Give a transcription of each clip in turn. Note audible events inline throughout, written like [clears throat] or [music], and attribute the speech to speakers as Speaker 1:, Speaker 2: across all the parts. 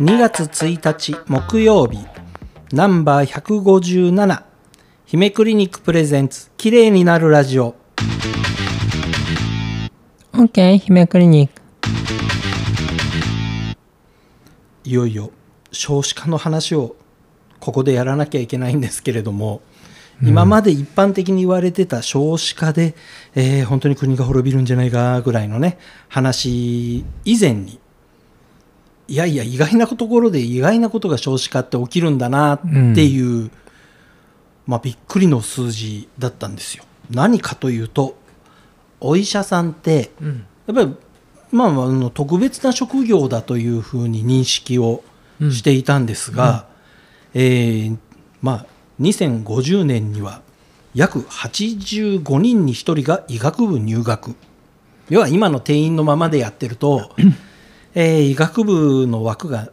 Speaker 1: 2月1日木曜日ナンバー157姫クリニックプレゼンツ綺麗になるラジオ
Speaker 2: OK、姫クリニック。
Speaker 1: いよいよ少子化の話をここでやらなきゃいけないんですけれども今まで一般的に言われてた少子化で、えー本当に国が滅びるんじゃないかぐらいのね話以前にいやいや意外なところで意外なことが少子化って起きるんだなっていう、まあ、びっくりの数字だったんですよ。何かというとお医者さんって
Speaker 2: うん。
Speaker 1: やっぱり、まあまあ、あの特別な職業だというふうに認識をしていたんですが、えーまあ、2050年には約85人に1人が医学部入学要は今の定員のままでやってる
Speaker 2: [clears throat]
Speaker 1: と、えー医学部の枠が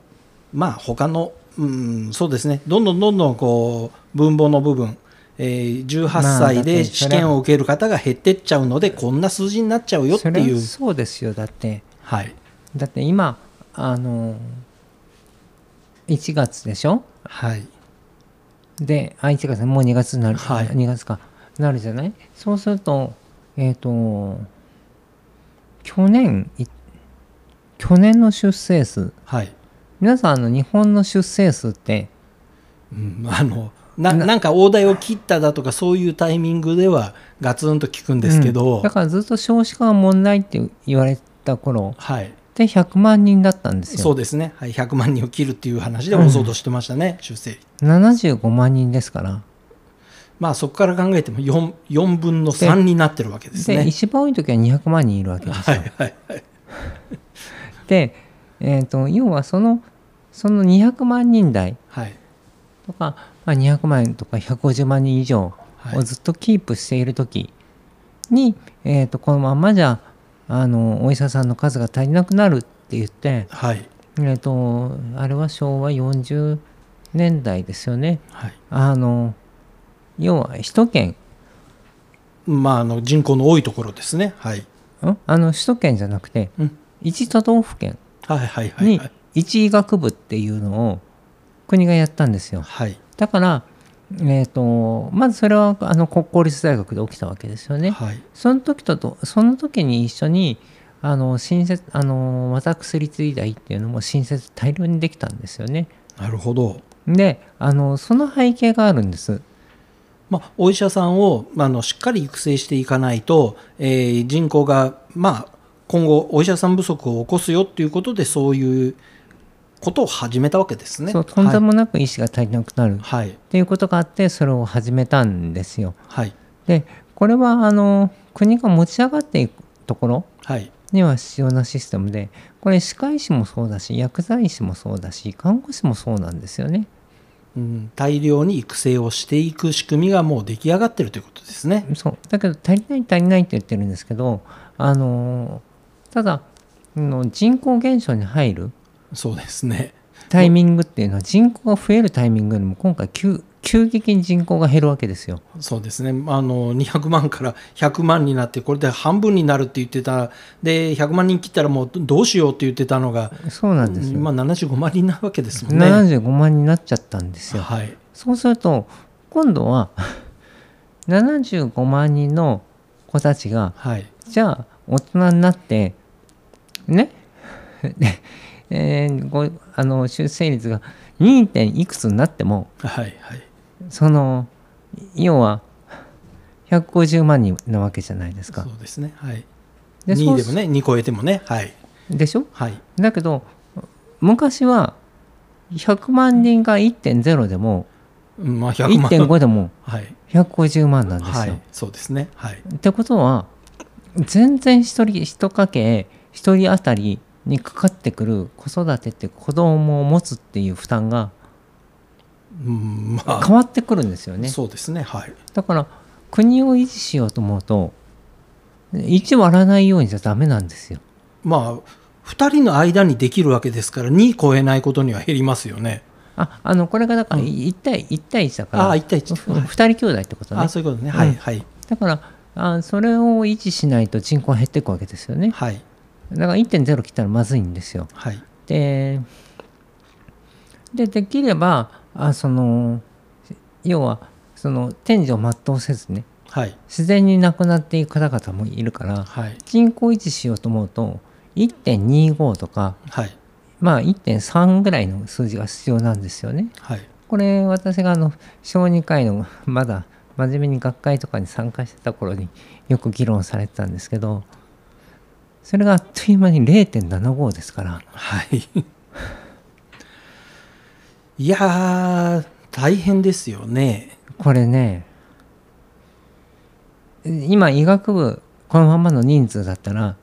Speaker 1: まあ他の、うん、そうですねどんどんどんどんこう分母の部分、えー
Speaker 2: ま
Speaker 1: 18
Speaker 2: あだ
Speaker 1: 歳
Speaker 2: って
Speaker 1: で
Speaker 2: そ
Speaker 1: 試
Speaker 2: れは
Speaker 1: 験を受ける方が減ってっちゃうのでこんな数字になっちゃうよって
Speaker 2: それ
Speaker 1: い
Speaker 2: は
Speaker 1: う。
Speaker 2: そうですよ。だって、
Speaker 1: はい
Speaker 2: だって今、あの、1月でしょ
Speaker 1: はい、
Speaker 2: で、あ、1月、もう2月になる。
Speaker 1: はい
Speaker 2: 2月か。なるじゃないそうすると、えっ、と、去年、い去年の出生数。
Speaker 1: はい
Speaker 2: 皆さん、あの、日本の出生数って、
Speaker 1: うん、あのななんか大台を切っただとかそういうタイミングではガツンと聞くんですけど、
Speaker 2: うんだからずっと少子化が問題って言われた頃
Speaker 1: はい、
Speaker 2: で100万人だったんです
Speaker 1: そう
Speaker 2: よ
Speaker 1: ですね、はい、100万人を切るっていう話で押そうとしてましたね、出生率
Speaker 2: 75万人ですから
Speaker 1: まあそこから考えても 4, 4分の3になってるわけ
Speaker 2: で
Speaker 1: です [laughs] ね。
Speaker 2: 一番多い時は200万人いるわけです
Speaker 1: は
Speaker 2: よ、
Speaker 1: いはいはい
Speaker 2: で、えー、と要はそのその200万人台
Speaker 1: はい
Speaker 2: とか、まあ、200万人とか150万人以上
Speaker 1: はい
Speaker 2: をずっとキープしている時に、えー、とこのままじゃあのお医者さんの数が足りなくなるって言って、
Speaker 1: はい
Speaker 2: えー、とあれは昭和40年代ですよね
Speaker 1: はい
Speaker 2: あの要は首都圏ん
Speaker 1: まああの人口の多いところですね。はい
Speaker 2: あの首都圏じゃなくて
Speaker 1: うん
Speaker 2: 1都道府県
Speaker 1: はいはいはい
Speaker 2: に
Speaker 1: はい
Speaker 2: 1医学部っていうのを国がやったんですよ
Speaker 1: はい
Speaker 2: だから、えー、とまずそれはあの国公立大学で起きたわけですよね
Speaker 1: はい
Speaker 2: その時ととその時に一緒にあの新設あの私立医大っていうのも新設大量にできたんですよね
Speaker 1: なるほど。
Speaker 2: であのその背景があるんです
Speaker 1: まあ、お医者さんを、まあ、あのしっかり育成していかないと、えー人口が、まあ、今後お医者さん不足を起こすよっていうことでそういうことを始めたわけですね。
Speaker 2: そうとんでもなく医師が足りなくなる
Speaker 1: はい
Speaker 2: っていうことがあってそれを始めたんですよ。
Speaker 1: はい
Speaker 2: でこれはあの国が持ち上がっていくところ
Speaker 1: はい
Speaker 2: には必要なシステムでこれ歯科医師もそうだし薬剤師もそうだし看護師もそうなんですよね。
Speaker 1: うん、大量に育成をしていく仕組みがもう出来上がってるということですね。
Speaker 2: そうだけど足りない足りないって言ってるんですけどあのただあの人口減少に入る
Speaker 1: そうですね。
Speaker 2: タイミングっていうのは人口が増えるタイミングよりも今回急急激に人口が減るわけですよ。
Speaker 1: そうですねあの200万から100万になってこれで半分になるって言ってたで100万人切ったらもうどうしようって言ってたのが、
Speaker 2: そうなんですよ。
Speaker 1: まあ、75万人なわけですもんね。
Speaker 2: 75万になっちゃったんですよ。
Speaker 1: はい
Speaker 2: そうすると今度は75万人の子たちが
Speaker 1: はい
Speaker 2: じゃあ大人になってね [laughs] で、えーごあの出生率が 2. 点いくつになっても
Speaker 1: はいはい
Speaker 2: その要は150万人なわけじゃないです
Speaker 1: そ
Speaker 2: か。
Speaker 1: うですねはい
Speaker 2: で
Speaker 1: 2
Speaker 2: そう
Speaker 1: でもね2超えてもねはい
Speaker 2: でしょ
Speaker 1: はい
Speaker 2: だけど昔は100万人が1.0でも
Speaker 1: うんまあ100万
Speaker 2: 1.5でも
Speaker 1: はい
Speaker 2: 150万なんですよ。
Speaker 1: はいそうですねはい
Speaker 2: ってことは全然一人一家計一人当たりにかかってくる子育てって子供を持つっていう負担が
Speaker 1: うんまあ
Speaker 2: 変わってくるんですよね
Speaker 1: そうですねはい
Speaker 2: だから国を維持しようと思うと1割らないようにじゃダメなんですよ
Speaker 1: まあ2人の間にできるわけですから2超えないことには減りますよね
Speaker 2: ああのこれがだから
Speaker 1: うん
Speaker 2: 1対 ,1 対1だから
Speaker 1: ああ1対1
Speaker 2: ふ二人兄弟ってこと
Speaker 1: あ
Speaker 2: ね
Speaker 1: そういうことねはい
Speaker 2: うん
Speaker 1: はい
Speaker 2: だからあそれを維持しないと人口は減っていくわけですよね
Speaker 1: はい
Speaker 2: だから1.0来たらまずいんですよ
Speaker 1: はい
Speaker 2: ででできればあその要はその天井を全うせずね
Speaker 1: はい
Speaker 2: 自然になくなっていく方々もいるから
Speaker 1: はい
Speaker 2: 人口維持しようと思うと1.25とか
Speaker 1: はい
Speaker 2: まあ1.3ぐらいの数字が必要なんですよね。
Speaker 1: はい
Speaker 2: これ私があの小児科医のまだ真面目に学会とかに参加してた頃によく議論されてたんですけどそれがあっという間に0.75ですから [laughs]
Speaker 1: はいいやー大変ですよね
Speaker 2: これね今医学部このままの人数だったら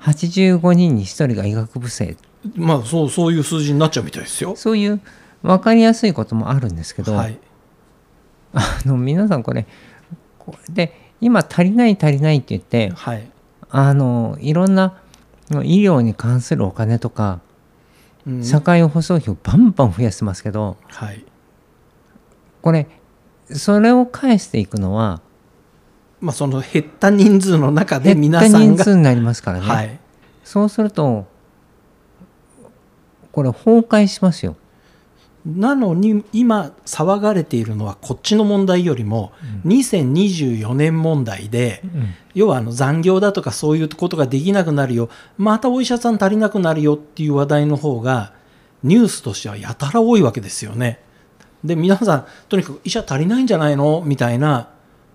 Speaker 2: 85人に1人が医学部生
Speaker 1: まあそうそういう数字になっちゃうみたいですよ
Speaker 2: そういう分かりやすいこともあるんですけど、
Speaker 1: はい
Speaker 2: あの皆さんこれこれで今足りない足りないって言って
Speaker 1: はい
Speaker 2: あのいろんな医療に関するお金とか
Speaker 1: うん
Speaker 2: 社会保障費をバンバン増やしてますけど
Speaker 1: はい
Speaker 2: これそれを返していくのは
Speaker 1: まあその減った人数の中で
Speaker 2: 減っ
Speaker 1: 皆
Speaker 2: た
Speaker 1: さん
Speaker 2: 人
Speaker 1: が
Speaker 2: 数になりますからね、
Speaker 1: はい
Speaker 2: そうするとこれ崩壊しますよ
Speaker 1: なのに今騒がれているのはこっちの問題よりも2024年問題で要はあの残業だとかそういうことができなくなるよまたお医者さん足りなくなるよっていう話題の方がニュースとしてはやたら多いわけですよね。で皆さんとにかく医者足りないんじゃないのみたいな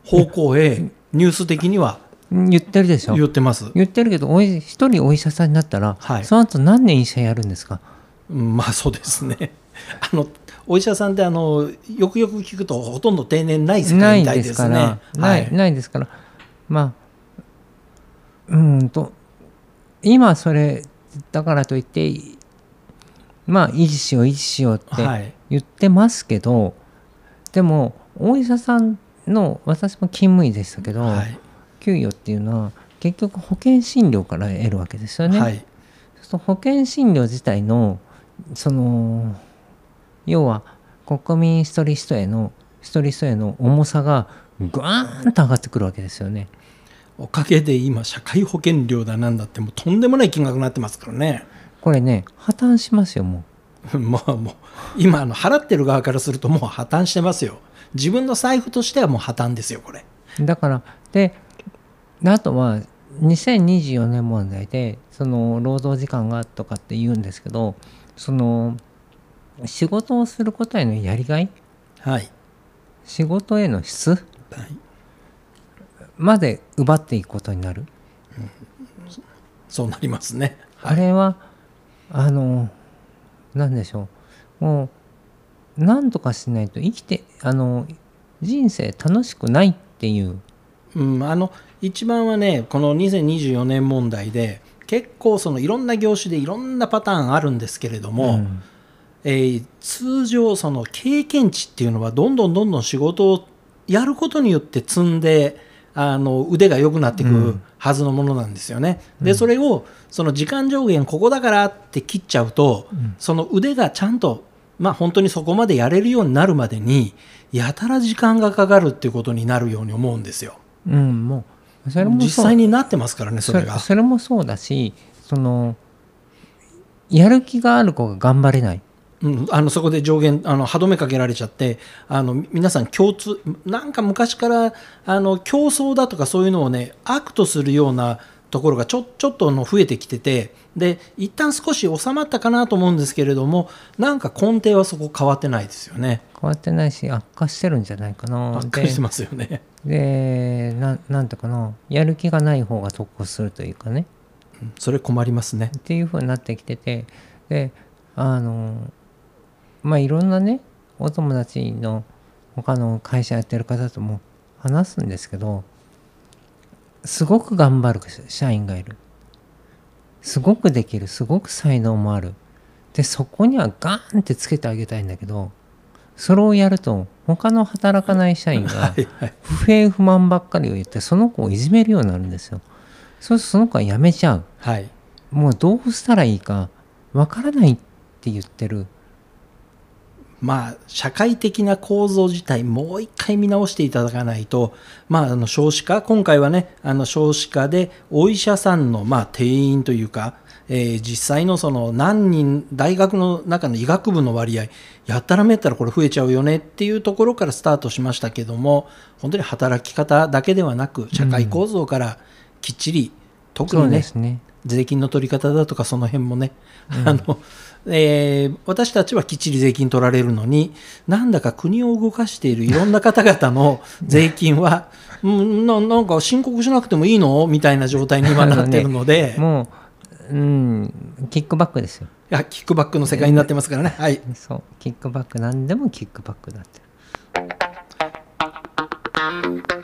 Speaker 1: 方向
Speaker 2: [laughs]
Speaker 1: へニュース的には
Speaker 2: 言ってるでしょ
Speaker 1: 言ってます。
Speaker 2: 言ってるけどおい一人お医者さんになったら、
Speaker 1: はい
Speaker 2: その後何年医者やるんですか
Speaker 1: うんまあそうです
Speaker 2: [laughs]
Speaker 1: ね。あのお医者さんってあのよくよく聞くとほとんど定年ない世
Speaker 2: な
Speaker 1: 界
Speaker 2: い
Speaker 1: みたい
Speaker 2: で
Speaker 1: ですす
Speaker 2: か
Speaker 1: ね。
Speaker 2: ら、
Speaker 1: は
Speaker 2: ない
Speaker 1: い、
Speaker 2: ないですからまあうーんと今それだからといってまあ維持しよう維持しようって
Speaker 1: はい
Speaker 2: 言ってますけど、でもお医者さんの私も勤務医でしたけど、
Speaker 1: はい
Speaker 2: 給与っていうのは結局保険診療から得るわけですよね。
Speaker 1: はい
Speaker 2: そう保険診療自体のその要は国民一人一人への一人一人への重さがぐわーンと上がってくるわけですよね。
Speaker 1: おかげで今社会保険料だなんだってもうとんでもない金額になってますからね
Speaker 2: これね破綻しますよも
Speaker 1: まあ [laughs] もう今あの払ってる側からするともう破綻してますよ自分の財布としてはもう破綻ですよこれ
Speaker 2: う。だからであとは2024年問題でその労働時間がとかって言うんですけどその仕事をすることへのやりがい
Speaker 1: はい、
Speaker 2: 仕事への質
Speaker 1: はい
Speaker 2: まで奪っていくことになる。
Speaker 1: そうなりますねは
Speaker 2: あ
Speaker 1: い
Speaker 2: れはあの何でしょうもう何とかしないと生きてあの人生楽しくないっていう
Speaker 1: うん、あの一番はねこの2024年問題で結構そのいろんな業種でいろんなパターンあるんですけれども、
Speaker 2: ん
Speaker 1: えー通常その経験値っていうのはどんどんどんどん仕事をやることによって積んであの腕が良くなっていくはずのものなんですよね。でそれをその時間上限ここだからって切っちゃうと、
Speaker 2: ん
Speaker 1: その腕がちゃんとまあ本当にそこまでやれるようになるまでにやたら時間がかかるっていうことになるように思うんですよ。
Speaker 2: うん、もうそれもそう
Speaker 1: 実際になってますからね
Speaker 2: そ
Speaker 1: そ
Speaker 2: れ
Speaker 1: れが。
Speaker 2: それもそうだしそのやる気がある子が頑張れない
Speaker 1: うん、あのそこで上限あの歯止めかけられちゃってあのみ皆さん共通なんか昔からあの競争だとかそういうのをね悪とするようなところがちょちょっとあの増えてきててで一旦少し収まったかなと思うんですけれどもなんか根底はそこ変わってないですよね。
Speaker 2: 変わってないし悪化してるんじゃないかな
Speaker 1: 悪化してますよね。
Speaker 2: ででななんていうかなやる気がない方が得をするというかね
Speaker 1: うんそれ困りますね
Speaker 2: っ。ていう風になってきててであのまあいろんなねお友達の他の会社やってる方とも話すんですけどすごく頑張る社員がいるすごくできるすごく才能もあるでそこにはガーンってつけてあげたいんだけどそれをやると他の働かない社員
Speaker 1: [laughs]
Speaker 2: が
Speaker 1: はいはい
Speaker 2: 不平不満ばっかりを言ってその子をいじめるようになるんですよ。そうするとその子は辞めちゃう。
Speaker 1: はい
Speaker 2: もうどうしたらいいかわからないって言ってる
Speaker 1: まあ、社会的な構造自体、もう一回見直していただかないと、まあ、あの少子化、今回はね、あの少子化でお医者さんの、まあ、定員というか、えー実際のその何人、大学の中の医学部の割合、やったらめったらこれ増えちゃうよねっていうところからスタートしましたけども、本当に働き方だけではなく、社会構造からきっちり、特
Speaker 2: そう
Speaker 1: に
Speaker 2: で
Speaker 1: ね、
Speaker 2: すね。
Speaker 1: 税金の取り方だとかその辺もね、あのえー私たちはきっちり税金取られるのになんだか国を動かしているいろんな方々の税金は、うん、ななんか申告しなくてもいいのみたいな状態に今なっているので、
Speaker 2: [laughs] もう、うん、キックバックですよ。
Speaker 1: いやキックバックの世界になってますからね、はい、
Speaker 2: そう、キックバック、何でもキックバックだってる。